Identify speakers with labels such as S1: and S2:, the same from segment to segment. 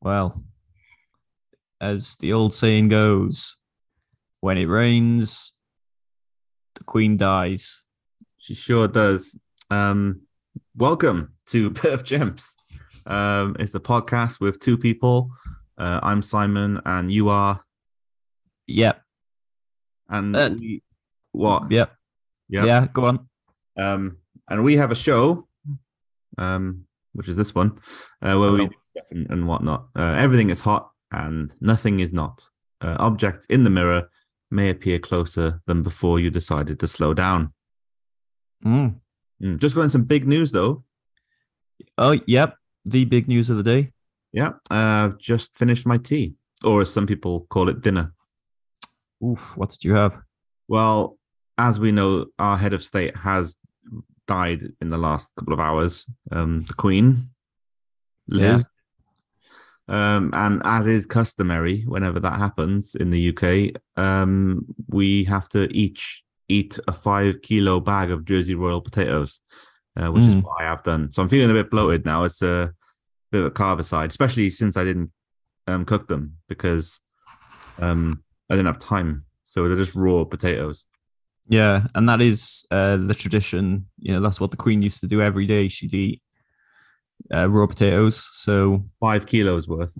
S1: Well, as the old saying goes, when it rains, the queen dies.
S2: She sure does. Um, welcome to Bit of Gems. Um, it's a podcast with two people. Uh, I'm Simon, and you are.
S1: Yep.
S2: And
S1: Uh,
S2: we, what?
S1: Yep.
S2: Yep.
S1: Yeah. Go on.
S2: Um, and we have a show, um, which is this one, uh, where we do stuff and, and whatnot. Uh, everything is hot and nothing is not. Uh, objects in the mirror may appear closer than before you decided to slow down.
S1: Mm.
S2: Mm, Just got in some big news though.
S1: Oh, yep. The big news of the day.
S2: Yeah, uh, I've just finished my tea, or as some people call it, dinner.
S1: Oof. What did you have?
S2: Well, as we know, our head of state has died in the last couple of hours. Um, the Queen, Liz. Um, and as is customary, whenever that happens in the UK, um, we have to each eat a five kilo bag of Jersey Royal potatoes, uh, which is
S1: Mm.
S2: what I have done. So I'm feeling a bit bloated now. It's a bit of a carbicide, especially since I didn't um, cook them because um, I didn't have time. So they're just raw potatoes.
S1: Yeah, and that is uh, the tradition. You know, that's what the Queen used to do every day. She'd eat uh, raw potatoes. So
S2: five kilos worth.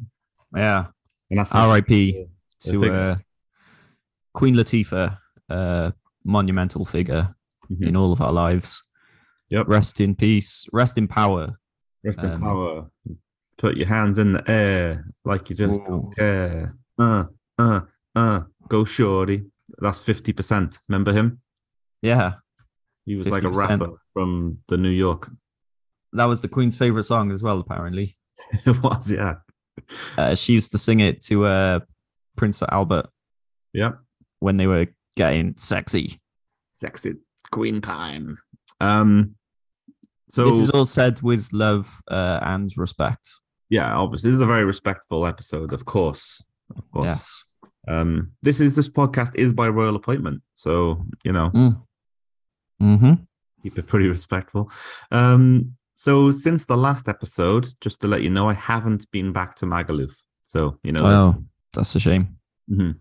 S1: yeah,
S2: And that's not-
S1: R.I.P. to
S2: figure.
S1: uh, Queen Latifah, uh, monumental figure
S2: Mhm.
S1: in all of our lives.
S2: Yep.
S1: Rest in peace. Rest in power.
S2: Rest in
S1: um,
S2: power. Put your hands in the air like you just
S1: Whoa.
S2: don't care. Uh, uh, uh. Go shorty. That's fifty percent. Remember him?
S1: Yeah,
S2: He was like a
S1: 50%.
S2: rapper from the New York.
S1: that was the Queen's favorite song as well. Apparently,
S2: it was yeah.
S1: uh, she used to sing it to uh, Prince Albert.
S2: Yep.
S1: When they were getting sexy.
S2: Sexy queen time. Um. So
S1: this is all said with love uh, and respect.
S2: yeah, obviously this is a very respectful episode. Of course, of course.
S1: Yes.
S2: Um. This is this podcast is by royal appointment. So you know.
S1: Mm-hmm.
S2: keep it pretty respectful. Um, so since the last episode, just to let you know, I haven't been back to Magaluf. So you know,
S1: Oh, that's a shame.
S2: Mhm.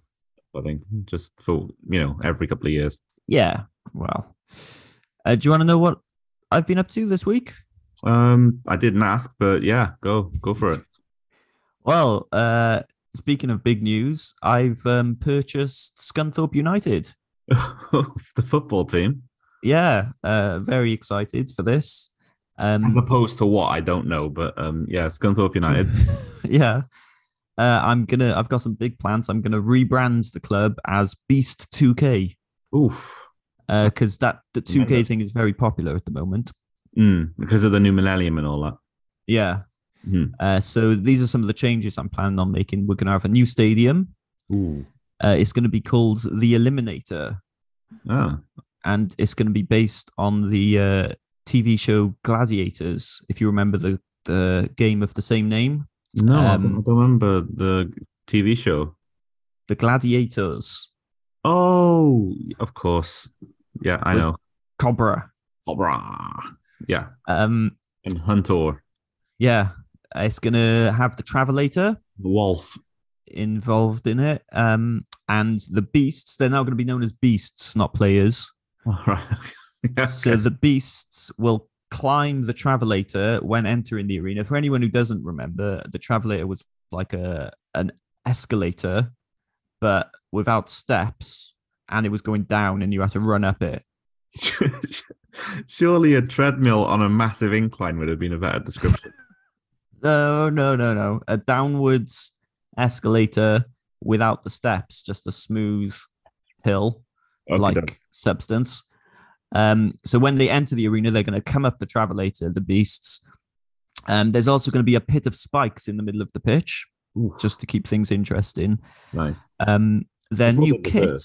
S2: I think just for you know every couple of years.
S1: Yeah. Well, uh, do you want to know what I've been up to this week?
S2: Um, I didn't ask, but yeah, go go for it.
S1: Well, uh, speaking of big news, I've um, purchased Scunthorpe United.
S2: the football team,
S1: Yeah, uh, very excited for this.
S2: as
S1: Um,
S2: opposed to what I don't know, but um, yeah, Scunthorpe United.
S1: yeah, uh, I'm gonna. I've got some big plans. I'm gonna rebrand the club as Beast 2K
S2: Oof.
S1: because that the 2K
S2: Remember.
S1: thing is very popular at the moment.
S2: Mm, because of the new millennium and all that.
S1: Yeah.
S2: Mhm.
S1: Uh, so these are some of the changes I'm planning on making. We're going to have a new stadium.
S2: Ooh.
S1: Uh, it's going to be called the Eliminator,
S2: Oh.
S1: and it's going to be based on the uh, TV show Gladiators. If you remember the the game of the same name,
S2: No, I
S1: Um,
S2: don't- I don't remember the TV show.
S1: the Gladiators
S2: Oh, of course. Yeah, I
S1: Was-
S2: know.
S1: Cobra.
S2: Cobra. Yeah,
S1: Um,
S2: and Hunter,
S1: yeah, it's going to have the Travelator
S2: the wolf.
S1: involved in it, um, and the Beasts. They're now going to be known as Beasts, not players.
S2: All right.
S1: So the beasts will climb the travelator when entering the arena. For anyone who doesn't remember, the travelator was like a an escalator, but without steps, and it was going down, and you had to run up it.
S2: Surely a treadmill on a massive incline would have been a better description.
S1: No, no, no, no. A downwards escalator without the steps, just a smooth hill like
S2: Okey-doke.
S1: substance. Um, so when they enter the arena, they're going to come up the travelator, the beasts. Um, there's also going to be a pit of spikes in the middle of the pitch,
S2: Oof,
S1: just to keep things interesting.
S2: nice.
S1: Um, their
S2: That's what
S1: new
S2: they deserve.
S1: kit,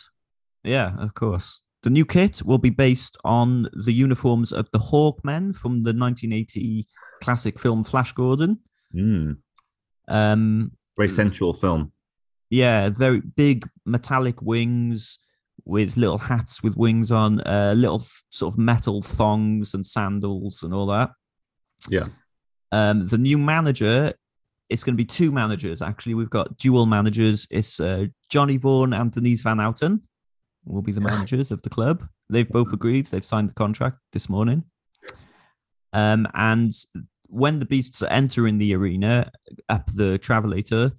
S1: yeah, of course. The new kit will be based on the uniforms of the Hawkmen from the 1980 classic film Flash Gordon.
S2: Mm,
S1: Um,
S2: Very sensual film.
S1: Yeah, very big metallic wings with little hats with wings on, uh, little th- sort of metal thongs and sandals and all that.
S2: Yeah.
S1: Um, the new manager it's going to be two managers, actually. We've got dual managers. It's uh, Johnny Vaughan and Denise Van Outen will be the managers of the club. They've both agreed. They've signed the contract this morning. Um, and when the beasts enter in the arena up the travelator,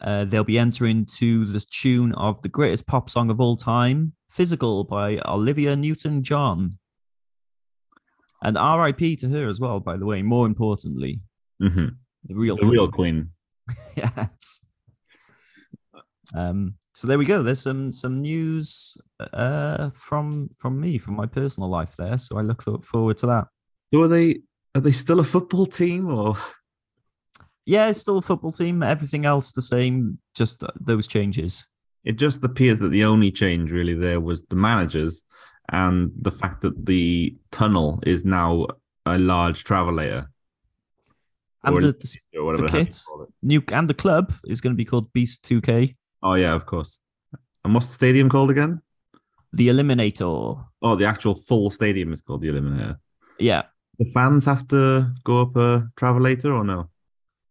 S1: uh, they'll be entering to the tune of the greatest pop song of all time, "Physical" by Olivia Newton-John. And R.I.P. to her as well, by the way. More importantly,
S2: hmm
S1: the real,
S2: The real queen.
S1: yes. Um, so there we go. There's some some news uh, from from me from my personal life there. So I look forward to that.
S2: So are they? Are they still a football team or?
S1: Yeah, it's still a football team. Everything else the same, just uh, those changes.
S2: It just appears that the only change really there was the managers and the fact that the tunnel is now a large travelator.
S1: And
S2: Or-
S1: the, the
S2: or whatever the heck you
S1: kit.
S2: call it.
S1: new and the club is going to be called Beast 2K,
S2: Oh yeah, of course. And what's the stadium called again?
S1: the Eliminator.
S2: Oh, the actual full stadium is called the Eliminator.
S1: Yeah,
S2: The fans have to go up a travelator or no?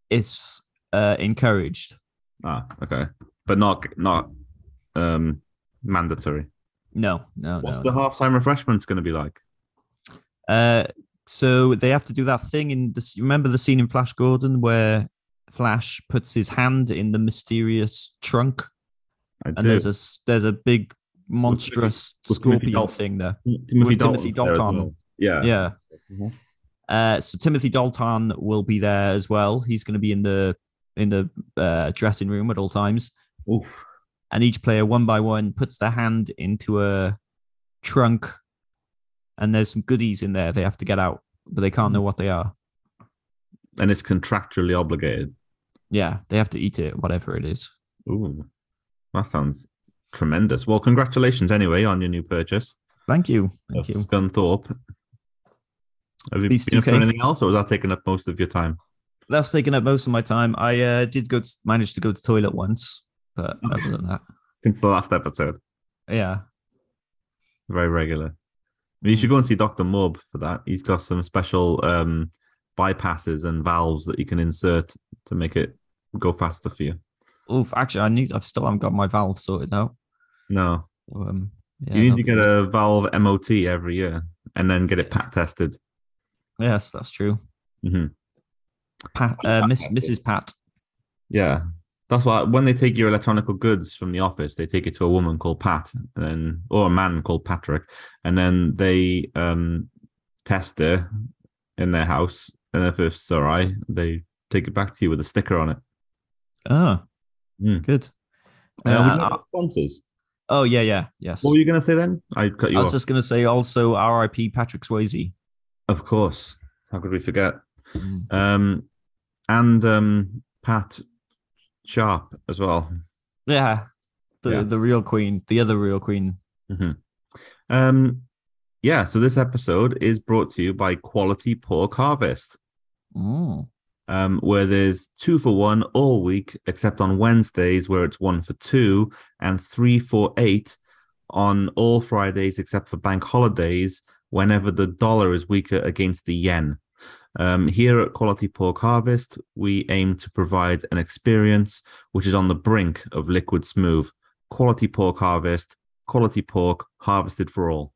S1: it's uh, encouraged.
S2: Ah, okay, but not not um mandatory.
S1: No, no,
S2: What's
S1: no.
S2: the halftime refreshments going to be like?
S1: Uh, so they have to do that thing in this. you Remember the scene in Flash Gordon where Flash puts his hand in the mysterious trunk,
S2: I
S1: and there's a s- there's a big monstrous
S2: with Timothy
S1: scorpion
S2: Dalton.
S1: thing there.
S2: Timothy
S1: with
S2: Dalton's
S1: Timothy
S2: there as
S1: Dalton.
S2: well. Yeah.
S1: Yeah.
S2: Mhm.
S1: Uh, so Timothy Dalton will be there as well. He's going to be in the in the uh, dressing room at all times.
S2: Oof.
S1: and each player one by one puts their hand into a trunk and there's some goodies in there they have to get out but they can't know what they are
S2: And it's contractually obligated.
S1: yeah they have to eat it whatever it is
S2: Ooh, that sounds tremendous. Well, congratulations anyway on your new purchase
S1: thank you
S2: of
S1: thank you
S2: Scunthorpe. Have you
S1: Please
S2: been up
S1: do,
S2: to
S1: Kate.
S2: anything else, or was that taking up most of your time?
S1: that's taken up most of my time i uh, did go to, manage to go to toilet once but other than that
S2: Since the last episode,
S1: yeah
S2: very regular. You
S1: Mm.
S2: should go and see Doctor Mob for that. He's got some special um, bypasses and valves that you can insert to make it go faster for you.
S1: Oof, actually i need i've still haven't got my valve sorted out
S2: No,
S1: So, um yeah,
S2: you need
S1: that'll be
S2: to get
S1: good.
S2: a valve MOT every year and then get it pat tested.
S1: yes that's true
S2: hmm
S1: pat, uh, miss mrs pat
S2: Yeah. That's why when they take your electronical goods from the office, they take it to a woman called Pat and then or a man called Patrick. And then they um test her in their house. And if it's all right, they take it back to you with a sticker on it.
S1: oh
S2: Hmm.
S1: good
S2: Uh,
S1: Uh,
S2: we don't have sponsors.
S1: oh yeah yeah yes
S2: What were you gonna say then? I cut you
S1: I
S2: off.
S1: was just going to say also RIP Patrick Swayze.
S2: Of course. How could we forget?
S1: Uh,
S2: Um and um Pat Sharp as well.
S1: Yeah. The,
S2: Yeah.
S1: the real queen, the other real queen.
S2: Um, yeah, so this episode is brought to you by Quality Pork Harvest,
S1: Mm.
S2: um, where there's two for one all week, except on Wednesdays, where it's one for two, and three for eight on all Fridays, except for bank holidays, whenever the dollar is weaker against the yen. Um, here at Quality Pork Harvest, we aim to provide an experience which is on the brink of liquid smooth. Quality Pork Harvest, quality pork harvested for all.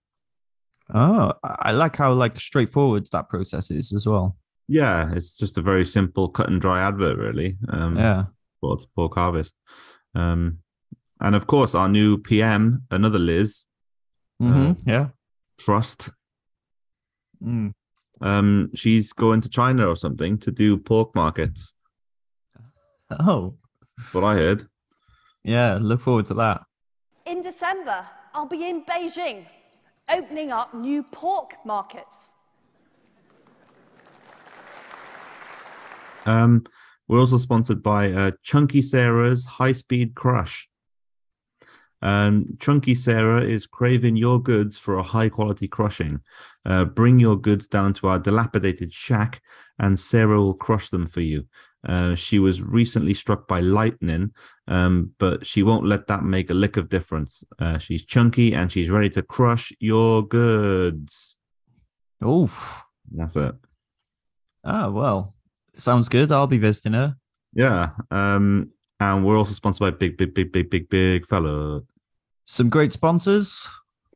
S1: Oh, I I like how like straightforward that process is as well.
S2: Yeah, it's just a very simple cut and dry advert, really. Um,
S1: Yeah.
S2: for to pork harvest, um, and of course our new PM, another Liz Uh-huh.
S1: hmm yeah.
S2: Trust.
S1: Mm.
S2: Um, she's going to China or something to do pork markets.
S1: Oh,
S2: that's What I heard.
S1: yeah. Look forward to that.
S3: In December, I'll be in Beijing, opening up new pork markets.
S2: Um, we're also sponsored by uh, Chunky Sarah's High Speed Crush. Um, Chunky Sarah is craving your goods for a high quality crushing. Uh, bring your goods down to our dilapidated shack, and Sarah will crush them for you. Uh, she was recently struck by lightning, um, but she won't let that make a lick of difference. Uh, she's chunky and she's ready to crush your goods.
S1: Oof.
S2: That's it.
S1: Ah, well, sounds good. I'll be visiting her.
S2: Yeah. Um, and we're also sponsored by Big, Big, Big, Big, Big, Big Fella.
S1: Some great sponsors,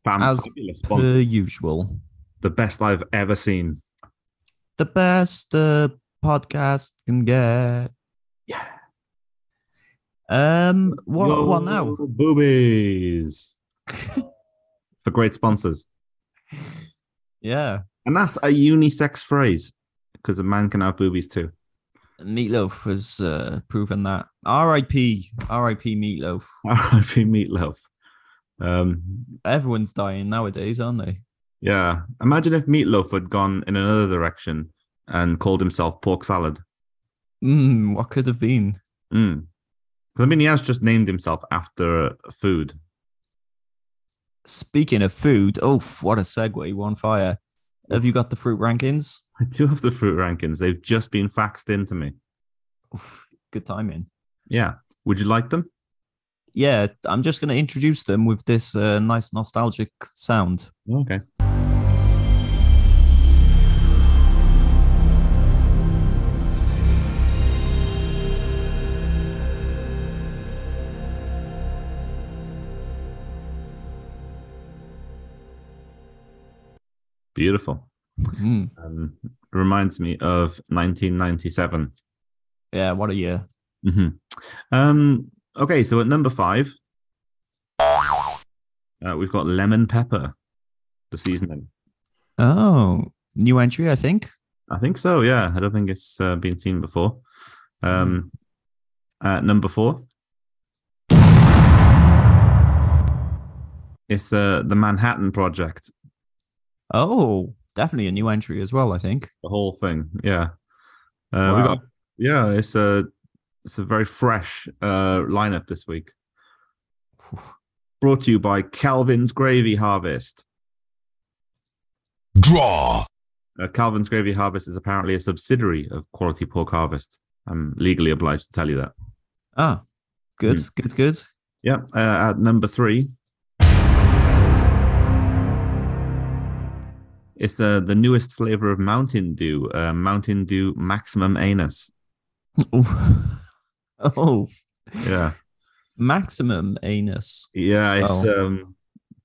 S2: Bam,
S1: As
S2: fabulous sponsor.
S1: per usual.
S2: The best I've ever seen.
S1: The best uh, podcast can get.
S2: Yeah.
S1: Um, what,
S2: Yo,
S1: what now?
S2: Boobies. For great sponsors.
S1: Yeah,
S2: And that's a unisex phrase because a man can have boobies too.
S1: Meatloaf has uh, proven that. R.I.P. R.I.P. Meatloaf.
S2: R.I.P. Meatloaf. Um,
S1: Everyone's dying nowadays, aren't they?
S2: Yeah. Imagine if Meatloaf had gone in another direction and called himself pork salad.
S1: Mm, what could have been?
S2: Mm. 'Cause, I mean, he has just named himself after food.
S1: Speaking of food, oh, what a segue! One fire. Have you got the fruit rankings?
S2: I do have the fruit rankings. They've just been faxed into me.
S1: Oof, good timing.
S2: Yeah. Would you like them?
S1: Yeah, I'm just going to introduce them with this uh, nice nostalgic sound.
S2: Okay. Beautiful.
S1: Mm,
S2: Um, reminds me of 1997.
S1: yeah, what a year.
S2: hmm Um, okay, so at number five, uh, we've got lemon pepper, the seasoning.
S1: Oh, new entry, I think.
S2: I think so. Yeah, I don't think it's uh, been seen before. Um, uh, number four, it's uh, the Manhattan Project,
S1: Oh, definitely a new entry as well, I think.
S2: the whole thing. Yeah, uh, we
S1: Wow.
S2: got. Yeah, it's a it's a very fresh uh, lineup this week.
S1: Oof.
S2: Brought to you by Calvin's Gravy Harvest.
S4: Draw.
S2: Uh, Calvin's Gravy Harvest is apparently a subsidiary of Quality Pork Harvest. I'm legally obliged to tell you that.
S1: Ah, good, good, good.
S2: Yeah. Uh, at number three, it's uh, the newest flavor of Mountain Dew, uh, Mountain Dew Maximum Anus.
S1: Ooh. oh,
S2: Yeah.
S1: maximum anus.
S2: Yeah. It's
S1: Wow.
S2: um,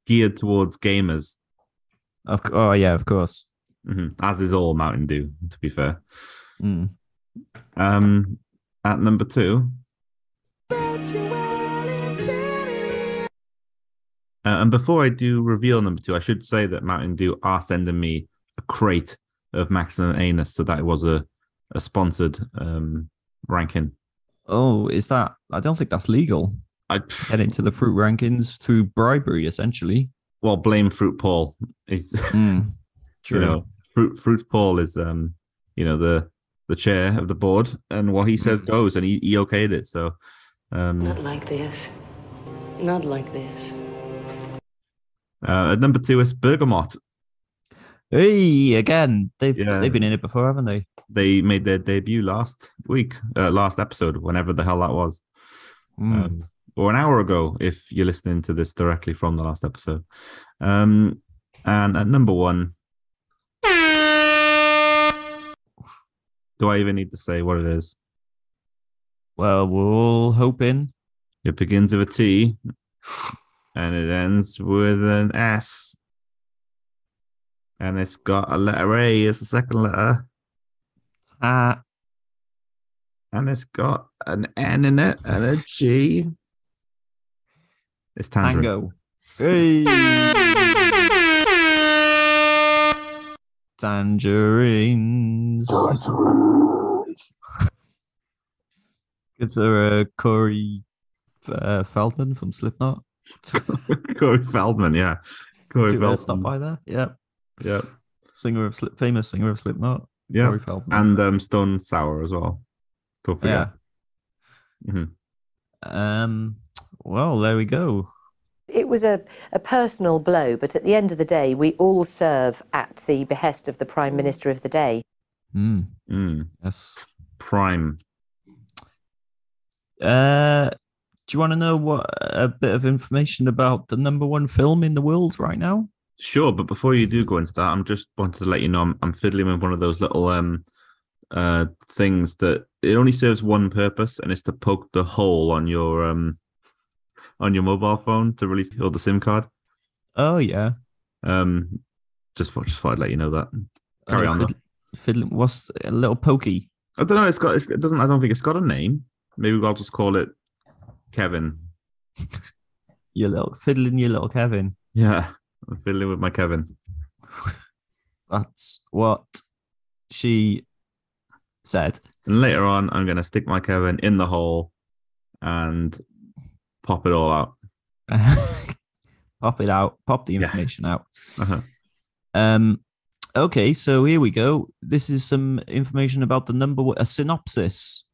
S2: geared towards gamers,
S1: Of, c- oh, yeah, of course.
S2: hmm as is all Mountain Dew, to be fair.
S1: Mm.
S2: Um, at number two, Uh, and before I do reveal number two, I should say that Mountain Dew are sending me a crate of Maximum Anus, so that was a a sponsored um, ranking.
S1: Oh, is that? I don't think that's legal.
S2: I
S1: Head into the fruit rankings through bribery, essentially.
S2: well blame Fruit Paul. Is
S1: Mm.
S2: you know Fruit Fruit Paul is um you know the the chair of the board, and what he says goes, and he, he okayed it. So um,
S5: Not like this. Not like this.
S2: uh, at number two is Bergamot.
S1: Hey, again, they've
S2: Yeah.
S1: they've been in it before, haven't they?
S2: They made their debut last week, uh, last episode, whenever the hell that was.
S1: Mm.
S2: um, or an hour ago if you're listening to this directly from the last episode. Um, and at number one, do I even need to say what it is?
S1: well, we're all hoping.
S2: It begins with a T and it ends with an S. And it's got a letter A as the second letter,
S1: Ah,
S2: and it's got an N in it and a G. It's tangerine.
S1: tango. Hey. Tangerines. It's a uh, Corey uh, Feldman from Slipknot
S2: Corey Feldman, yeah. Corey
S1: to uh,
S2: Feldman.
S1: stop by there. Yeah,
S2: Yeah.
S1: singer of Slip, famous singer of Slipknot,
S2: Yeah.
S1: Corey Feldman.
S2: and um, Stone Sour as well. Don't
S1: yeah.
S2: forget. Mhm.
S1: Um. Well, there we go.
S6: It was a, a personal blow, but at the end of the day, we all serve at the behest of the Prime Minister of the day.
S1: Mm,
S2: Mm,
S1: yes.
S2: prime.
S1: Uh, do you want to know what a bit of information about the number one film in the world right now?
S2: Sure, but before you do go into that, I'm just wanted to let you know I'm, I'm fiddling with one of those little um uh things that it only serves one purpose, and it's to poke the hole on your um on your mobile phone to release or the SIM card.
S1: Oh yeah.
S2: Um, just thought, just thought I'd let you know that. Carry
S1: Oh,
S2: on,
S1: fidd- fiddling- what's a little pokey?
S2: I don't know. It's got. It's, it doesn't. I don't think it's got a name. Maybe I'll just call it Kevin.
S1: Your little fiddling your little Kevin.
S2: Yeah, I'm fiddling with my Kevin.
S1: That's what she said.
S2: And later on, I'm gonna stick my Kevin in the hole and pop it all out.
S1: pop it out, pop the
S2: Yeah.
S1: information out.
S2: Uh-huh.
S1: Um, okay, so here we go. This is some information about the number one, a synopsis,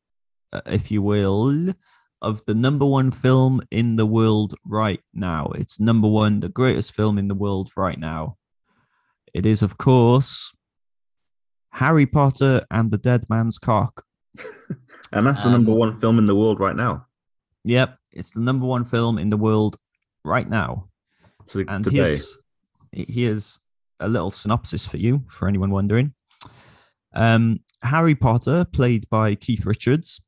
S1: uh, if you will, of the number one film in the world right now. It's number one, the greatest film in the world right now. It is, of course, Harry Potter and the Dead Man's Cock.
S2: And that's the
S1: Um,
S2: number one film in the world right now.
S1: Yep, it's the number one film in the world right now.
S2: So
S1: And
S2: today,
S1: here's here's a little synopsis for you, for anyone wondering. Um, Harry Potter, played by Keith Richards,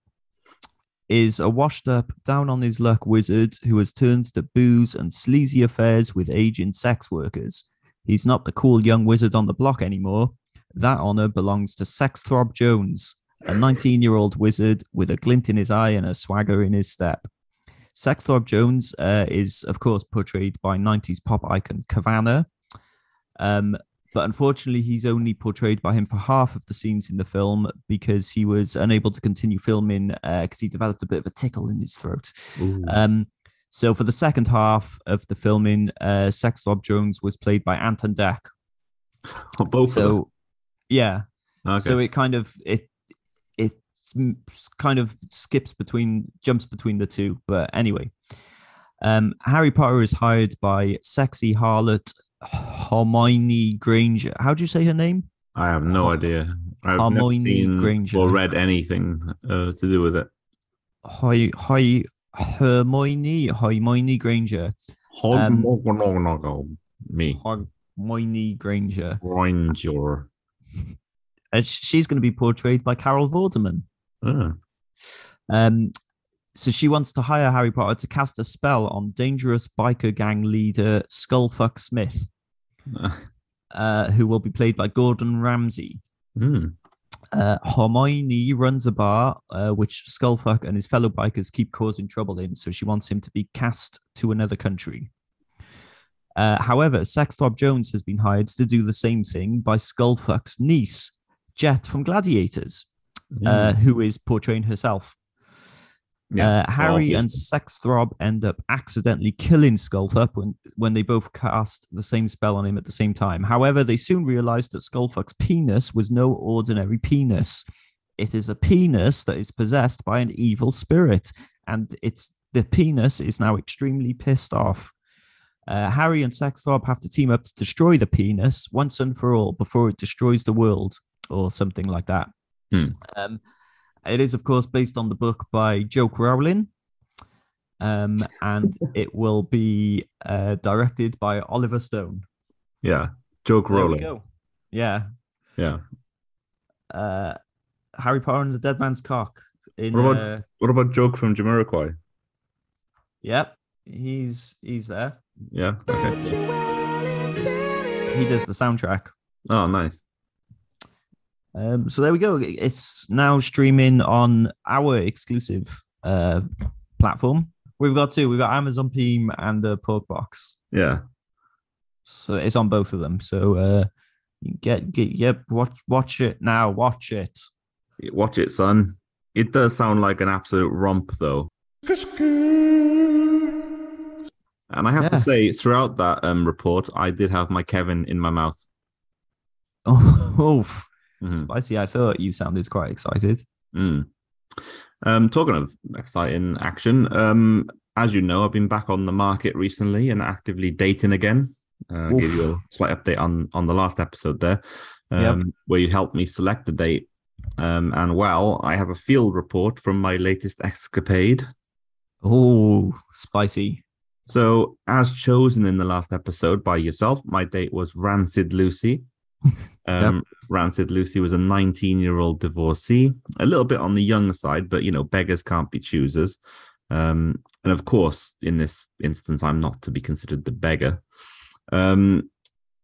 S1: is a washed up, down on his luck wizard who has turned to booze and sleazy affairs with aging sex workers. He's not the cool young wizard on the block anymore. That honor belongs to Sexthrob Jones, a 19 year old wizard with a glint in his eye and a swagger in his step. Sexthorpe Jones uh, is, of course, portrayed by 90s pop icon Kavanagh. Um, but unfortunately, he's only portrayed by him for half of the scenes in the film because he was unable to continue filming because he developed a bit of a tickle in his throat.
S2: Ooh.
S1: Um, so for the second half of the filming, uh, Sexthorpe Jones was played by Anton Deck.
S2: both of us.
S1: So, yeah,
S2: Okay.
S1: so it kind of it it s- kind of skips between jumps between the two. But anyway, um, Harry Potter is hired by sexy harlot Hermione Granger. How do you say her name?
S2: I have no idea. I've never
S1: Harmony
S2: seen
S1: Granger.
S2: or read anything uh, to do with it.
S1: Hi, hi, Hermione, Hermione Granger, Um,
S2: Me.
S1: Hermione Granger.
S2: Granger.
S1: And sh- she's going to be portrayed by Carol Vorderman.
S2: Oh.
S1: Um, so she wants to hire Harry Potter to cast a spell on dangerous biker gang leader Skullfuck Smith. uh, who will be played by Gordon Ramsay.
S2: Hmm.
S1: Uh, Hermione runs a bar, uh, which Skullfuck and his fellow bikers keep causing trouble in, so she wants him to be cast to another country. Uh, however, Sexthorpe Jones has been hired to do the same thing by Skullfuck's niece, Jet from Gladiators,
S2: hmm.
S1: uh, who is portraying herself.
S2: Yeah,
S1: uh, Harry
S2: obviously.
S1: and Sexthrob end up accidentally killing Skullfuck when, when they both cast the same spell on him at the same time. However, they soon realize that Skullfuck's penis was no ordinary penis. It is a penis that is possessed by an evil spirit, and it's the penis is now extremely pissed off. Uh, Harry and Sexthorpe have to team up to destroy the penis once and for all before it destroys the world, or something like that.
S2: Hmm.
S1: Um, it is, of course, based on the book by Joe Rowling, um, and it will be uh, directed by Oliver Stone.
S2: yeah. Joke
S1: There we
S2: rolling.
S1: go. Yeah.
S2: Yeah.
S1: Uh, Harry Potter and the Dead Man's Cock. In,
S2: What about-
S1: uh,
S2: What about Joke from Jamiroquai?
S1: yep, he's he's there.
S2: Yeah. Okay.
S1: He does the soundtrack.
S2: Oh, nice.
S1: Um, so there we go. It's now streaming on our exclusive uh, platform. We've got two. We've got Amazon Prime and uh, the Pork Box.
S2: Yeah.
S1: So it's on both of them. So uh, you get get yep. Watch watch it now. Watch it.
S2: Watch it, son. It does sound like an absolute romp, though. And I have to
S1: Yeah.
S2: say, throughout that um, report, I did have my Kevin in my mouth.
S1: Oh, oof.
S2: Mhm.
S1: spicy! I thought you sounded quite excited.
S2: Mm. Um, talking of exciting action, um, as you know, I've been back on the market recently and actively dating again. Uh, I
S1: Oof.
S2: gave you a slight update on on the last episode there, um,
S1: Yep.
S2: where you helped me select the date. Um, and well, I have a field report from my latest escapade.
S1: Oh, spicy!
S2: So, as chosen in the last episode by yourself, my date was Rancid Lucy, Um, Rancid Lucy was a 19 year old divorcee, a little bit on the young side, but you know, beggars can't be choosers. Um, and of course, in this instance, I'm not to be considered the beggar. Um,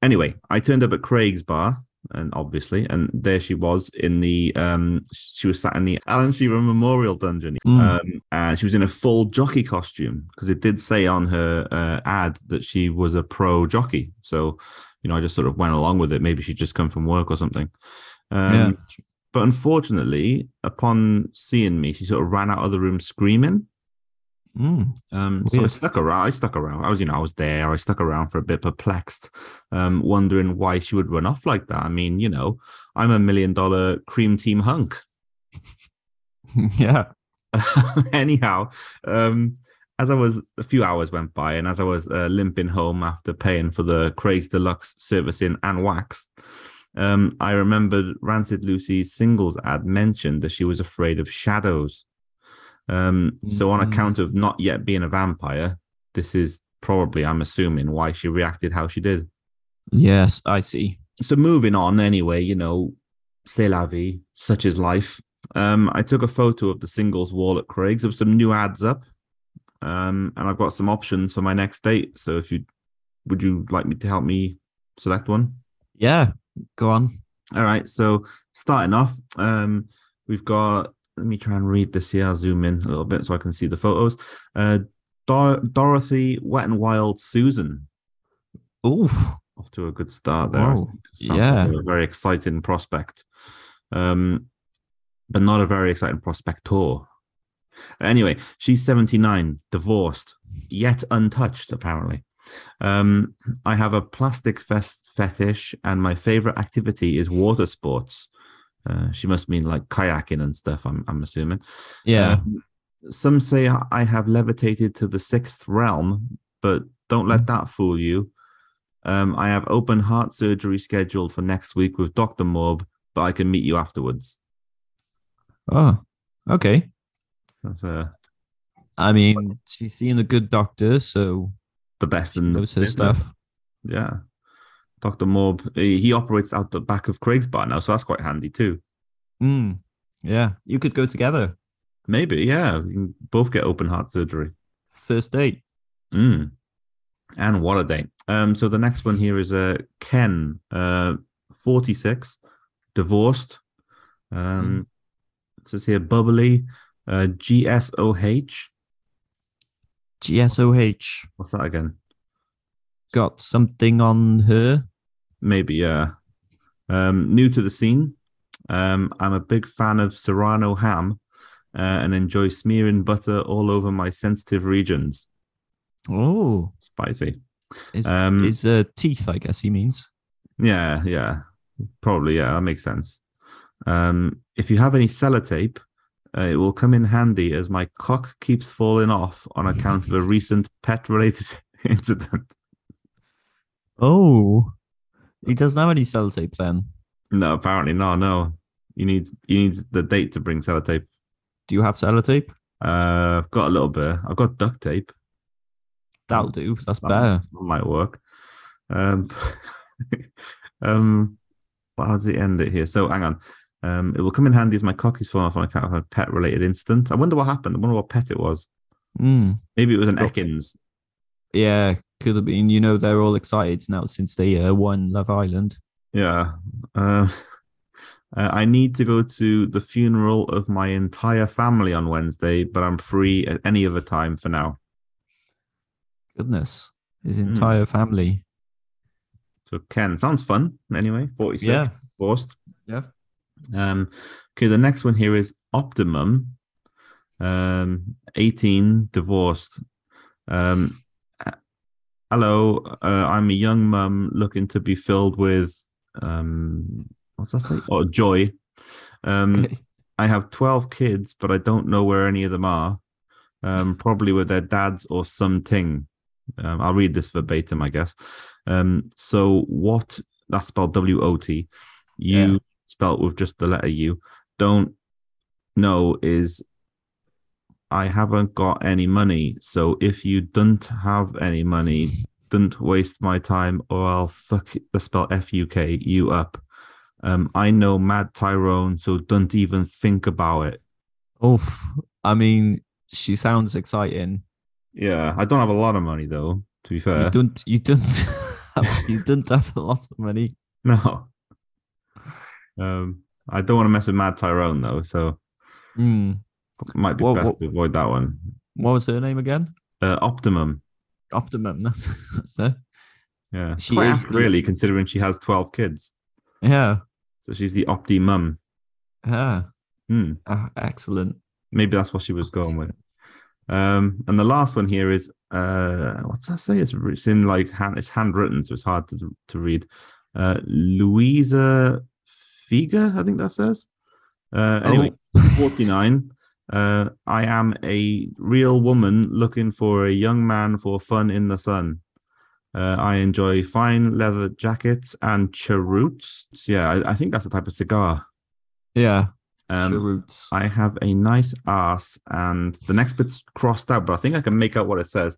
S2: anyway, I turned up at Craig's bar, and obviously, and there she was in the um, she was sat in the Alan Shearer Memorial Dungeon,
S1: Mm.
S2: um, and she was in a full jockey costume because it did say on her uh, ad that she was a pro jockey. So, you know, I just sort of went along with it. Maybe she'd just come from work or something. Um,
S1: Yeah.
S2: But unfortunately, upon seeing me, she sort of ran out of the room screaming.
S1: Mm.
S2: Um, so I
S1: Weird.
S2: stuck around. I stuck around. I was, you know, I was there. I stuck around for a bit, perplexed, um, wondering why she would run off like that. I mean, you know, I'm a million dollar cream team hunk.
S1: yeah.
S2: Anyhow, um, as I was, a few hours went by, and as I was uh, limping home after paying for the Craig's Deluxe servicing and wax, um, I remembered Rancid Lucy's singles ad mentioned that she was afraid of shadows. Um, so, on
S1: Mm.
S2: account of not yet being a vampire, this is probably, I'm assuming, why she reacted how she did.
S1: Yes, I see.
S2: So, moving on anyway, you know, c'est la vie, such is life. Um, I took a photo of the singles wall at Craig's of some new ads up, um, and I've got some options for my next date. So, if you would you like me to help me select one?
S1: Yeah. Go on.
S2: All right. So starting off, um, we've got. Let me try and read this here. I'll zoom in a little bit so I can see the photos. Uh, Dor- Dorothy Wet and Wild Susan
S1: Ooh.
S2: off to a good start there. I
S1: Whoa,
S2: think. Sounds
S1: yeah.
S2: like a very exciting prospect, um, but not a very exciting prospector. Anyway, she's seventy nine, divorced, yet untouched apparently. Um, I have a plastic fest fetish, and my favorite activity is water sports. Uh, she must mean like kayaking and stuff. I'm I'm assuming.
S1: Yeah.
S2: Um, some say I- I have levitated to the sixth realm, but don't
S1: Mm.
S2: let that fool you. Um, I have open heart surgery scheduled for next week with Dr. Morb, but I can meet you afterwards.
S1: oh. Okay.
S2: That's uh,
S1: I mean, she's seeing a good doctor, so
S2: the best
S1: she
S2: in the
S1: knows her
S2: business.
S1: stuff.
S2: Yeah. Dr. Morb, he he operates out the back of Craig's bar now, so that's quite handy too.
S1: Mm. Yeah. You could go together.
S2: Maybe, yeah, we can both get open heart surgery.
S1: First date.
S2: Mm. And what a day. Um, so the next one here is uh, Ken, uh, 46, divorced. Um, It says here bubbly, uh, GSOH.
S1: GSOH
S2: What's that again?
S1: got something on her.
S2: Maybe, yeah. Um, new to the scene. Um, I'm a big fan of Serrano ham uh, and enjoy smearing butter all over my sensitive regions.
S1: Oh.
S2: Spicy.
S1: Is
S2: Um,
S1: is uh, teeth, I guess he means.
S2: Yeah, yeah. Probably, yeah, that makes sense. Um, if you have any sellotape, uh, it will come in handy as my cock keeps falling off on account of a recent pet related incident.
S1: Oh. He doesn't have any sellotape then.
S2: No, apparently, no, no. You need you need the date to bring sellotape.
S1: Do you have sellotape?
S2: Uh, I've got a little bit. I've got duct tape.
S1: That'll do. That's
S2: That
S1: better.
S2: that might work. Um, um, well, how does it end it here? So hang on. Um, it will come in handy as my cock is falling off on account of a pet related incident. I wonder what happened. I wonder what pet it was.
S1: Mm.
S2: Maybe it was an Ekins.
S1: Yeah, could have been. You know, they're all excited now since they uh, won Love Island.
S2: Yeah. Um, uh, I need to go to the funeral of my entire family on Wednesday, but I'm free at any other time for now.
S1: Goodness, his
S2: Mm.
S1: entire family.
S2: So Ken sounds fun anyway. 46
S1: Yeah.
S2: divorced.
S1: Yeah.
S2: Um, okay, the next one here is Optimum, um, 18, divorced. Um, h- hello, uh, I'm a young mum looking to be filled with, um, what's that say? Oh, joy. Um,
S1: Okay.
S2: I have 12 kids, but I don't know where any of them are. Um, probably with their dads or something. Um, I'll read this verbatim, I guess. Um, so what? That's spelled W O T. You
S1: Yeah.
S2: spelt with just the letter U. Don't know is I haven't got any money. So if you don't have any money, don't waste my time or I'll fuck the spell F U K you up. Um, I know Mad Tyrone, so don't even think about it.
S1: Oof. I mean, she sounds exciting.
S2: Yeah, I don't have a lot of money though. To be
S1: You
S2: fair,
S1: don't. You don't. Have, you don't have a lot of money.
S2: no. Um, I don't want to mess with Mad Tyrone though, so
S1: Hmm.
S2: might be
S1: Wha-
S2: best
S1: wha-
S2: to avoid that one.
S1: What was her name again?
S2: Uh, Optimum,
S1: Optimum. That's that's her.
S2: yeah,
S1: She
S2: Quite
S1: is
S2: apt,
S1: the-
S2: really considering she has twelve kids,
S1: Yeah.
S2: so she's the optimum.
S1: Yeah.
S2: Hmm.
S1: Ah, excellent.
S2: Maybe that's what she was going with. Um, and the last one here is uh, what's that say? It's, it's in like hand, it's handwritten, so it's hard to, to read. Uh, Louisa Figa, I think that says. Uh, anyway, 49. Uh, I am a real woman looking for a young man for fun in the sun. Uh, I enjoy fine leather jackets and cheroots. Yeah, I, I think that's a type of cigar.
S1: Yeah.
S2: Um,
S1: Cheroots.
S2: I have a nice ass, and the next bit's crossed out, but I think I can make out what it says.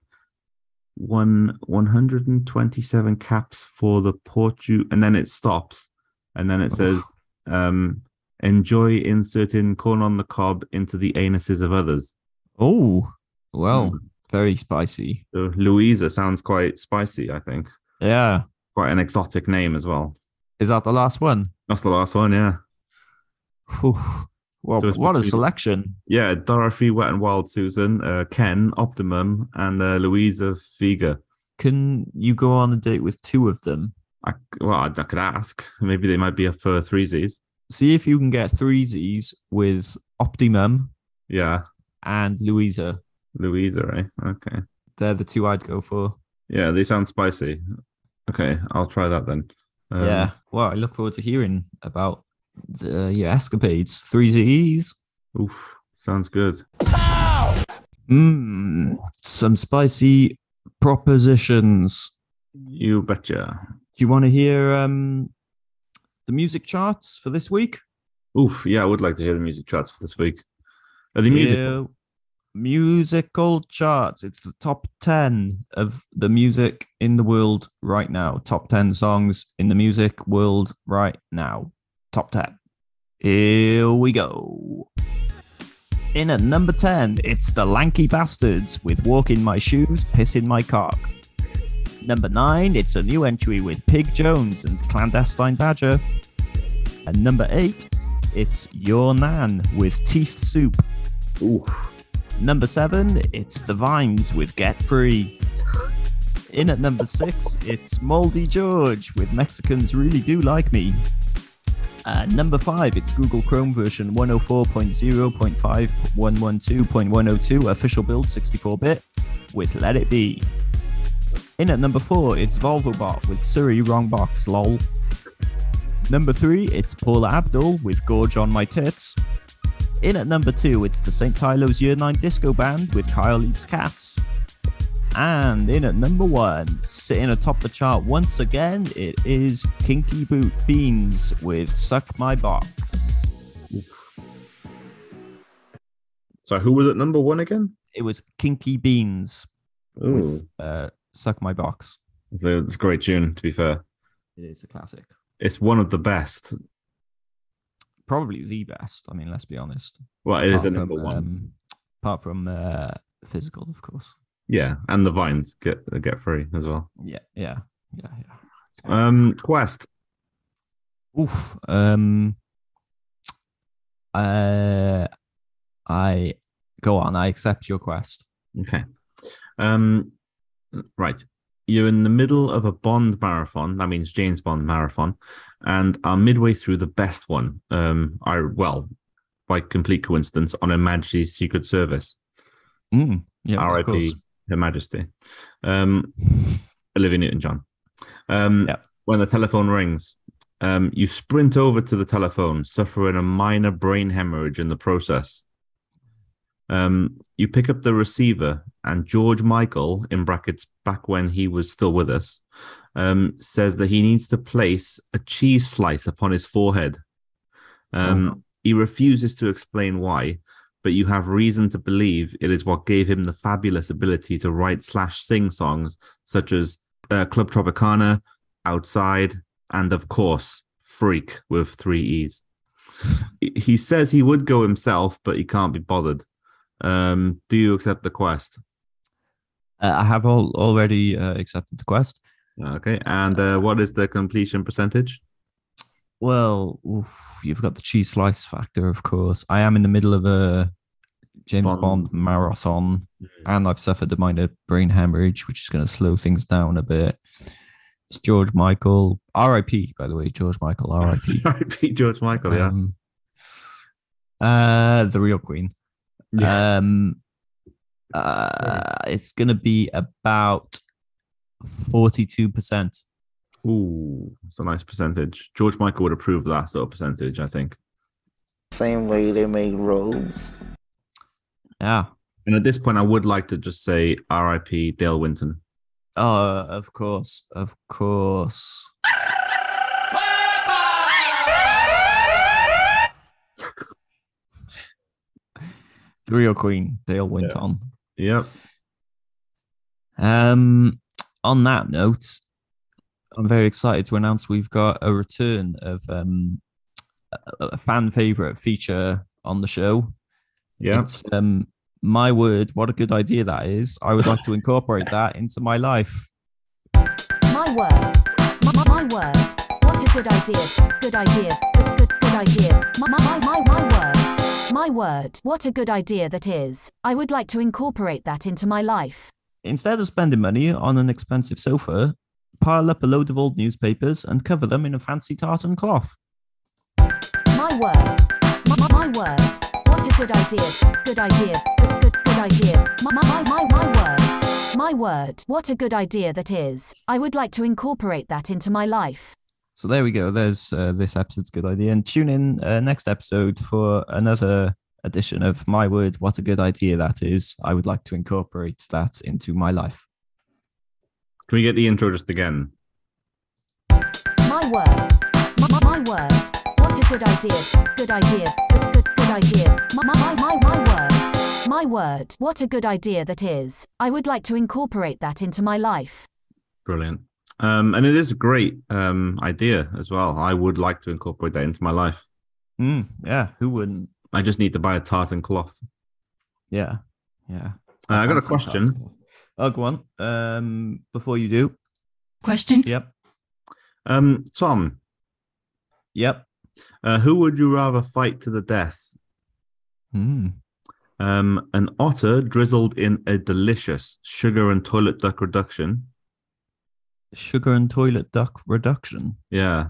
S2: One one hundred and twenty-seven caps for the Portu, and then it stops, and then it says, um, "Enjoy inserting corn on the cob into the anuses of others." Mm,
S1: Oh.
S2: Hmm.
S1: Well, very spicy.
S2: So Louisa sounds quite spicy. I think
S1: Yeah.
S2: quite an exotic name as well.
S1: Is that the last one?
S2: That's the last one, yeah.
S1: Whew. Well,
S2: So it's
S1: what a
S2: between-
S1: selection.
S2: Yeah, Dorothy Wet and Wild Susan, uh, Ken Optimum, and uh, Louisa Figa.
S1: Can you go on a date with two of them?
S2: I, well, I, I could ask. Maybe they might be up for threesies.
S1: See if you can get threesies with Optimum
S2: Yeah,
S1: and Louisa.
S2: Louisa, right? Okay.
S1: They're the two I'd go for.
S2: Yeah, they sound spicy. Okay, I'll try that then. Um,
S1: yeah. Well, I look forward to hearing about the, your escapades. Threesies.
S2: Oof, sounds good.
S1: Mmm. Some spicy propositions.
S2: You betcha.
S1: Do you want to hear um, the music charts for this week?
S2: Oof, yeah, I would like to hear the music charts for this week. Are the music?
S1: Yeah, musical charts. It's the top 10 of the music in the world right now. Top 10 songs in the music world right now. Top 10. Here we go. In at number 10, it's the Lanky Bastards with Walk in My Shoes, Piss in My Cock. Number 9, it's a new entry with Pig Jones and Clandestine Badger. And number 8, it's Your Nan with Teeth Soup.
S2: Oof.
S1: Number seven, it's The Vines with Get Free. In at number six, it's Moldy George with Mexicans Really Do Like Me. Uh, number five, it's Google Chrome version 104.0.5.112.102, official build 64 bit, with Let It Be. In at number four, it's VolvoBot with Surrey Wrong Box, lol. Number three, it's Paula Abdul with Gorge on My Tits. In at number two, it's the St. Tylo's Year 9 Disco Band with Kyle Eats Cats. And in at number one, sitting atop the chart once again, it is Kinky Boot Beans with Suck My Box.
S2: So who was at number one again?
S1: It was Kinky Beans with
S2: Ooh,
S1: uh, Suck My Box.
S2: so it's a great tune. To be fair,
S1: It is a classic.
S2: it's one of the best.
S1: Probably the best. I mean, let's be honest.
S2: Well, it is
S1: Apart
S2: at number
S1: from,
S2: one.
S1: um, apart from uh, Physical, of course.
S2: Yeah, and the vines get get free as well.
S1: Yeah, yeah, yeah, yeah.
S2: Um, Quest.
S1: Oof. Um. Uh, I go on. I accept your quest.
S2: Okay. Um, right. You're in the middle of a Bond marathon. That means James Bond marathon, and are midway through the best one. Um, I well, by complete coincidence, on Her Majesty's Secret Service.
S1: Mm, yeah. of
S2: R.I.P.
S1: course.
S2: Her Majesty. Um, Olivia Newton-John. Um,
S1: Yeah.
S2: when the telephone rings, um, you sprint over to the telephone, suffering a minor brain hemorrhage in the process. Um, you pick up the receiver, and George Michael, in brackets, back when he was still with us, um, says that he needs to place a cheese slice upon his forehead. Um,
S1: Oh.
S2: He refuses to explain why, but you have reason to believe it is what gave him the fabulous ability to write slash sing songs such as uh, Club Tropicana, Outside, and of course, Freak with three E's. He says he would go himself, but he can't be bothered. Um, do you accept the quest?
S1: Uh, I have all, already uh, accepted the quest.
S2: Okay. And uh, what is the completion percentage?
S1: Well, oof, you've got the cheese slice factor, of course. I am in the middle of a James
S2: Bond.
S1: Bond, marathon, and I've suffered a minor brain hemorrhage, which is going to slow things down a bit. It's George Michael, R.I.P. By the way, George Michael, R.I.P.
S2: R.I.P. George Michael, yeah.
S1: Um, uh, the real queen.
S2: Yeah.
S1: Um, uh, it's gonna be about forty-two percent.
S2: Ooh, it's a nice percentage. George Michael would approve that sort of percentage, I think.
S4: Same way they make roads.
S1: Yeah.
S2: And at this point, I would like to just say R.I.P. Dale Winton.
S1: Oh, of course, of course. The real queen, Dale went on.
S2: Yep.
S1: Um, on that note, I'm very excited to announce we've got a return of um, a, a fan favorite feature on the show.
S2: Yep.
S1: It's, um, my word, what a good idea that is. I would like to incorporate that into my life.
S7: My word. My, my word. What a good idea. Good idea. Good, good, good idea. My, my, my, my word. My word. What a good idea that is. I would like to incorporate that into my life.
S1: Instead of spending money on an expensive sofa, pile up a load of old newspapers and cover them in a fancy tartan cloth.
S7: My word. My, my, my word. What a good idea. Good idea. Good, good, good idea. My, my, my, my, my word. My word. What a good idea that is. I would like to incorporate that into my life.
S1: So there we go. There's uh, this episode's good idea. And tune in uh, next episode for another edition of My Word, What a Good Idea That Is. I would like to incorporate that into my life.
S2: Can we get the intro just again?
S7: My word. My, my, my word. What a good idea. Good idea. Good, good, good idea. My, my, my, my, my word. My word. What a good idea that is. I would like to incorporate that into my life.
S2: Brilliant. Um, and it is a great um, idea as well. I would like to incorporate that into my life.
S1: Mm, yeah, who wouldn't?
S2: I just need to buy a tartan cloth.
S1: Yeah, yeah.
S2: Uh, I got a
S1: fancy tartan
S2: question.
S1: cloth. Oh, go on. Um, before you do,
S8: Question?
S1: yep,
S2: Um, Tom,
S1: yep.
S2: uh, who would you rather fight to the death?
S1: Mm.
S2: Um, an otter drizzled in a delicious sugar and toilet duck reduction.
S1: Sugar and toilet duck reduction.
S2: Yeah.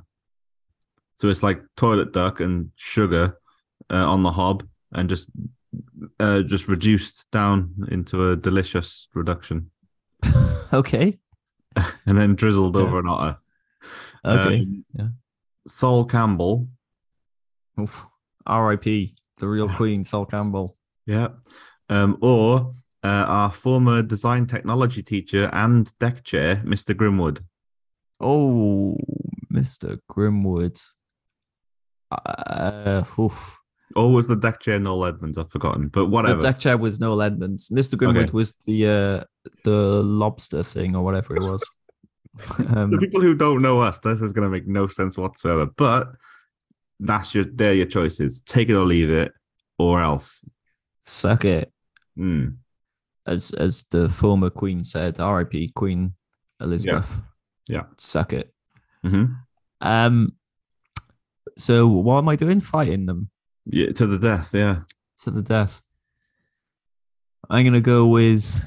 S2: So it's like toilet duck and sugar uh, on the hob, and just uh, just reduced down into a delicious reduction,
S1: Okay,
S2: and then drizzled
S1: Yeah.
S2: over an otter.
S1: okay.
S2: Um,
S1: yeah.
S2: Sol Campbell. Uh,
S1: Oof. R.I.P. The real queen, Sol Campbell.
S2: Yeah. Um, or uh, our former design technology teacher and deck chair, Mr. Grimwood.
S1: Oh, Mr. Grimwood. Uh, oof.
S2: Or was the deck chair Noel Edmonds? I've forgotten, but whatever.
S1: The deck chair was Noel Edmonds. Mr. Grimwood
S2: Okay.
S1: was the uh, the lobster thing or whatever it was.
S2: the
S1: um,
S2: people who don't know us, this is going to make no sense whatsoever. But that's your they're your choices. Take it or leave it, or else.
S1: suck it,
S2: Mm.
S1: as as the former Queen said. R.I.P. Queen Elizabeth.
S2: Yeah.
S1: Suck it.
S2: hmm
S1: Um. So what am I doing? Fighting them
S2: Yeah, to the death. Yeah.
S1: to the death. I'm gonna go with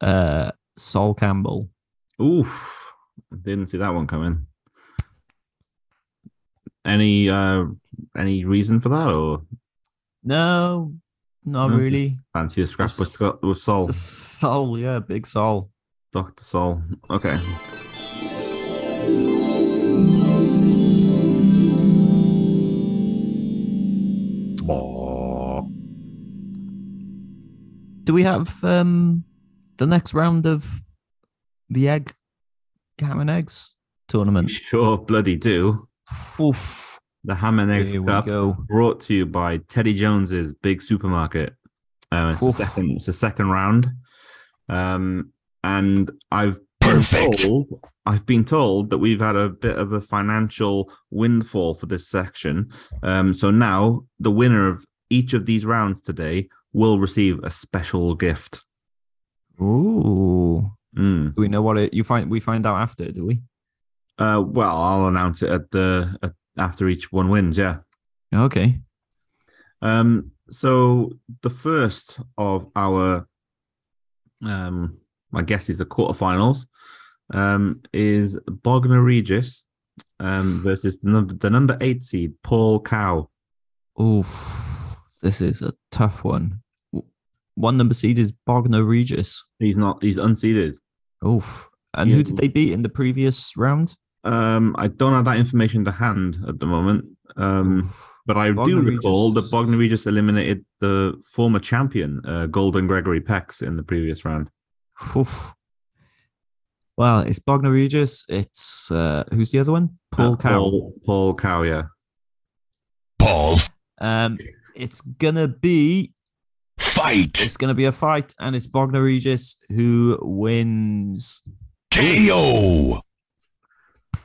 S1: uh Sol Campbell.
S2: Oof. Didn't see that one coming. Any uh any reason for that, or
S1: No, not
S2: No.
S1: really.
S2: fancy a scrap with
S1: Just-
S2: Scott with Sol,
S1: Just Sol, yeah, big Sol.
S2: Doctor Sol? Okay.
S1: Do we have um the next round of the egg ham and eggs tournament?
S2: Sure, bloody do.
S1: Oof,
S2: The ham and eggs
S1: here we
S2: cup.
S1: go.
S2: brought to you by Teddy Jones's Big Supermarket. Um, it's, the
S1: Oof.
S2: second, it's the second round. Um, and I've put
S4: Perfect.
S2: told, I've been told that we've had a bit of a financial windfall for this section. Um, so now the winner of each of these rounds today will receive a special gift.
S1: Ooh.
S2: Mm.
S1: Do we know what it you find we find out after, do we?
S2: Uh, well, I'll announce it at the at, after each one wins. Yeah.
S1: Okay.
S2: Um, so the first of our, um, I guess is the quarterfinals, um, is Bognor Regis, um, versus the number, the number eight seed Paul Cow.
S1: Oof. This is a tough one. W- One number seed is Bogner Regis.
S2: He's not. He's unseeded.
S1: Oof. And
S2: Yeah.
S1: who did they beat in the previous round?
S2: Um, I don't have that information to hand at the moment. Um,
S1: Oof.
S2: but I do
S1: Bognor
S2: recall
S1: Regis-
S2: that Bognor Regis eliminated the former champion, uh, Golden Gregory Pex, in the previous round.
S1: Oof. Well, it's Bogner Regis. It's uh, who's the other one? Paul
S2: Uh,
S1: Cow.
S2: Paul, Paul Cow. Yeah.
S4: Paul,
S1: Um, it's gonna be
S4: fight.
S1: it's gonna be a fight, and it's Bogner Regis who wins.
S4: KO.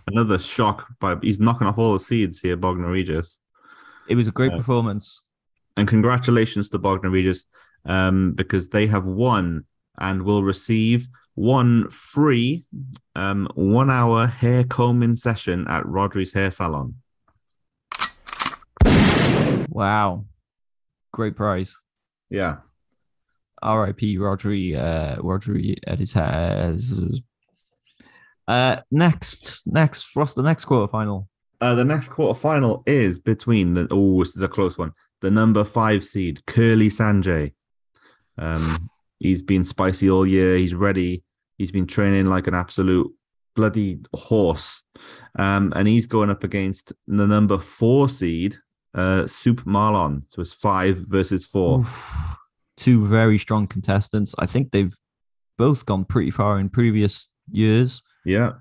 S2: Another shock by he's knocking off all the seeds here, Bogner Regis.
S1: It was a great
S2: Yeah.
S1: performance.
S2: And congratulations to Bogner Regis, um, because they have won and will receive one free um, one hour hair combing session at Rodri's hair salon.
S1: Wow, great prize.
S2: Yeah.
S1: R.I.P. Rodri. Uh, Rodri at his hair. Uh, next, next, what's the next quarterfinal?
S2: Uh, the next quarterfinal is between the oh, this is a close one. The number five seed, Curly Sanjay. Um, he's been spicy all year. He's ready. He's been training like an absolute bloody horse. Um, and he's going up against the number four seed, uh, Soup Marlon. So it's five versus four.
S1: Oof. Two very strong contestants. I think they've both gone pretty far in previous years.
S2: Yeah.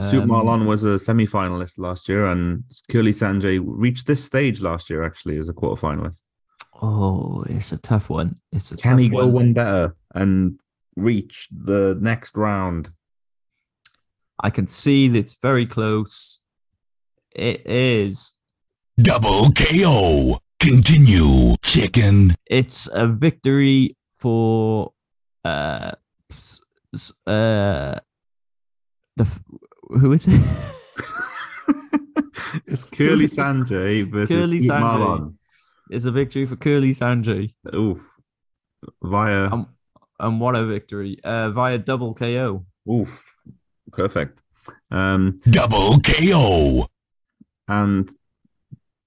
S2: Soup
S1: Um,
S2: Marlon was a semi finalist last year, and Curly Sanjay reached this stage last year, actually, as a quarterfinalist.
S1: Oh, it's a tough one. It's a
S2: Can
S1: tough
S2: he go
S1: one.
S2: one better and reach the next round?
S1: I can see that it's very close. It is.
S4: Double KO. Continue. Chicken.
S1: It's a victory for uh, s- s- uh, the f- who is it?
S2: It's Curly Sanjay versus
S1: Curly
S2: Curly
S1: Sanjay.
S2: Marlon.
S1: it's a victory for Curly Sanjay,
S2: Oof. Via.
S1: Um, and what a victory! Uh, via double KO.
S2: oof. Perfect. Um,
S4: Double KO.
S2: and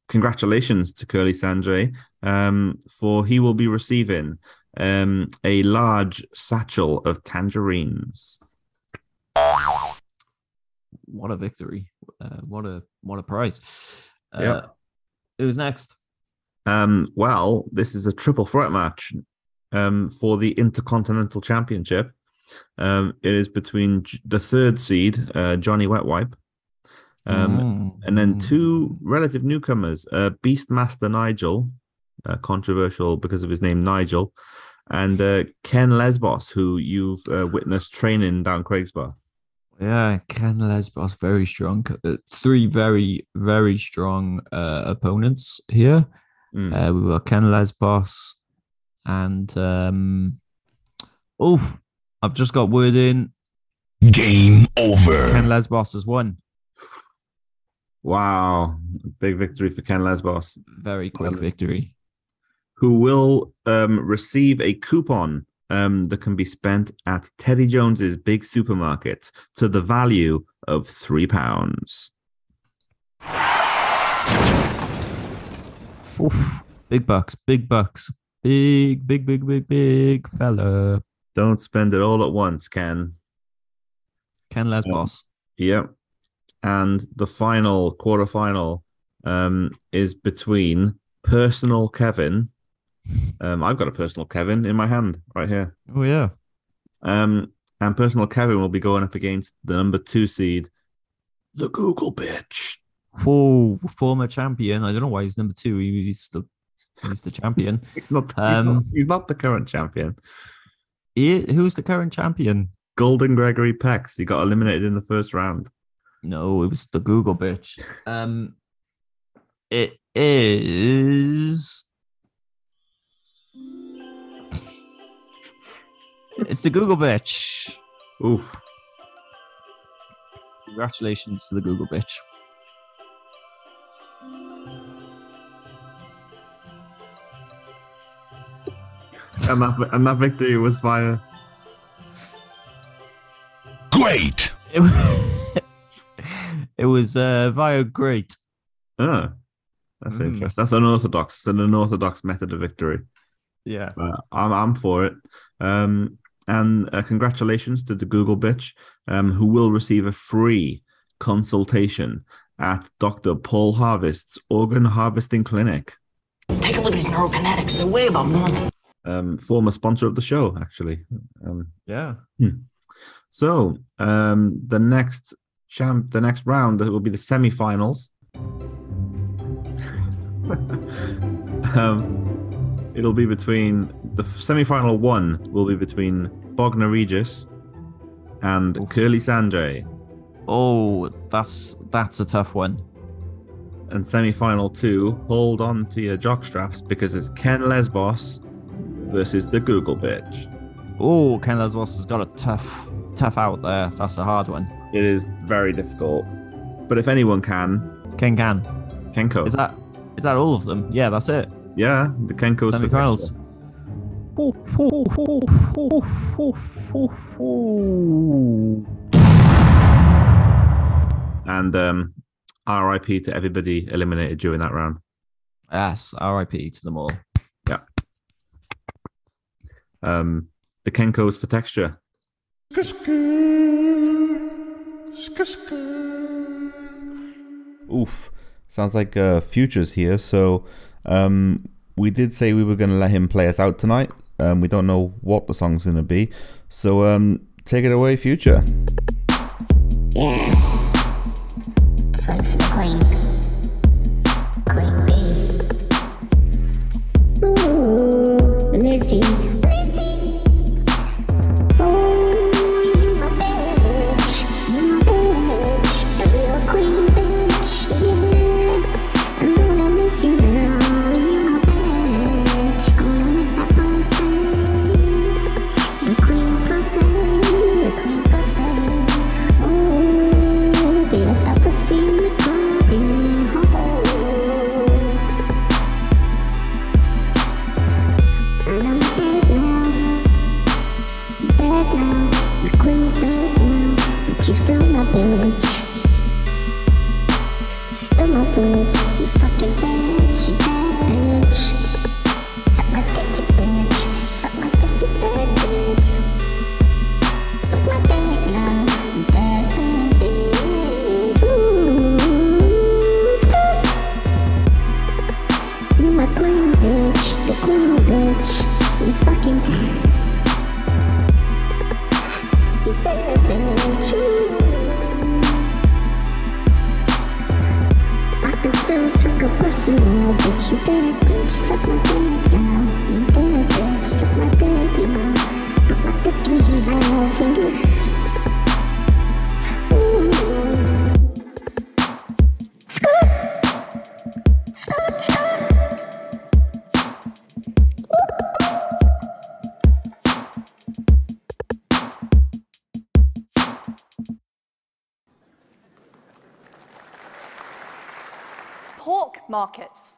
S2: congratulations to Curly Sanjay, um, for he will be receiving um, a large satchel of tangerines.
S1: What a victory! Uh, what a what a prize! Uh,
S2: Yeah.
S1: Who's next?
S2: Um, well, this is a triple threat match um, for the Intercontinental Championship. Um, it is between J- the third seed, uh, Johnny Wetwipe, um,
S1: Mm.
S2: and then two relative newcomers, uh, Beastmaster Nigel, uh, controversial because of his name Nigel, and uh, Ken Lesbos, who you've uh, witnessed training down Craigsbar.
S1: Yeah, Ken Lesbos very strong. Uh, Three very very strong uh, opponents here.
S2: Mm.
S1: Uh, we got Ken Lesbos, and um, oof, I've just got word in.
S4: Game over.
S1: Ken Lesbos has won
S2: Wow, big victory for Ken Lesbos.
S1: very quick
S2: Well-
S1: victory.
S2: who will um, receive a coupon um, that can be spent at Teddy Jones's big supermarket to the value of three pounds.
S1: Oof, big bucks, big bucks, big big big big big fella.
S2: Don't spend it all at once, Ken.
S1: Ken Lesbos.
S2: Yep. And the final quarterfinal um, is between personal Kevin. Um, I've got a personal Kevin in my hand right here.
S1: Oh yeah,
S2: Um, and personal Kevin will be going up against the number two seed, the Google bitch.
S1: whoa, former champion. I don't know why he's number two. He- He's the he's the champion.
S2: He's not, he's
S1: Um,
S2: not- he's not the current champion.
S1: He- who's the current champion?
S2: Golden Gregory Pex. He got eliminated in the first round.
S1: No, it was the Google bitch. Um, it is. It's the Google bitch.
S2: Oof.
S1: Congratulations to the Google bitch.
S2: And that, and that victory was via
S4: Great.
S1: It, wa- it was uh, via great.
S2: Oh, that's
S1: Mm.
S2: interesting. That's unorthodox. It's an unorthodox method of victory.
S1: Yeah.
S2: Uh, I'm, I'm for it. Um, and uh, congratulations to the Google bitch, um, who will receive a free consultation at Dr. Paul Harvest's organ harvesting clinic.
S5: Take a look at his neurokinetics. They're way above normal.
S2: Um, former sponsor of the show, actually. Um,
S1: Yeah.
S2: so um, the next champ, the next round, that will be the semi-finals. um, it'll be between the semi-final one will be between Bogner Regis and
S1: Oof.
S2: Curly Sanjay,
S1: Oh, that's that's a tough one.
S2: and semi-final two, hold on to your jock straps because it's Ken Lesbos versus the Google bitch.
S1: Oh, Ken Lesbos has got a tough, tough out there. That's a hard one.
S2: It is very difficult, but if anyone can,
S1: Ken Gan.
S2: Kenko.
S1: Is that is that all of them? Yeah, that's it.
S2: yeah, the Kenko's for
S1: Semi-finals.
S2: Kenko. and um, RIP to everybody eliminated during that round.
S1: Yes, R.I.P. to them all.
S2: Um, the Kenko's for texture. Oof, sounds like uh, futures here. So um, we did say we were going to let him play us out tonight. Um, we don't know what the song's going to be. So um, take it away, future.
S8: Yeah. This one's for the queen. Queen bee. Ooh, Lizzie. Lizzie. Ooh, you my bitch. You my bitch. The real queen bitch. Yeah. I'm gonna miss you now. You my bitch. Gonna miss that pussy. The queen pussy, the queen pussy. Ooh, be with the pussy, oh, be home. I know you're dead now, you're dead now. The queen's dead now, but you're still my bitch. You're Still my bitch, you fucking bitch, you bad bitch. Suck my dick, you bitch. Suck my dick, you bad bitch. Suck my dick now, you bad bitch. Ooh, skirt. You my queen, bitch. The queen, bitch. You fucking You bad bitch. Ooh. I can still suck a pussy now, but you bad bitch. Suck my dick now, you bad bitch. Suck my dick now. Put my dick in your mouth and just- Ooh.
S3: Pork markets.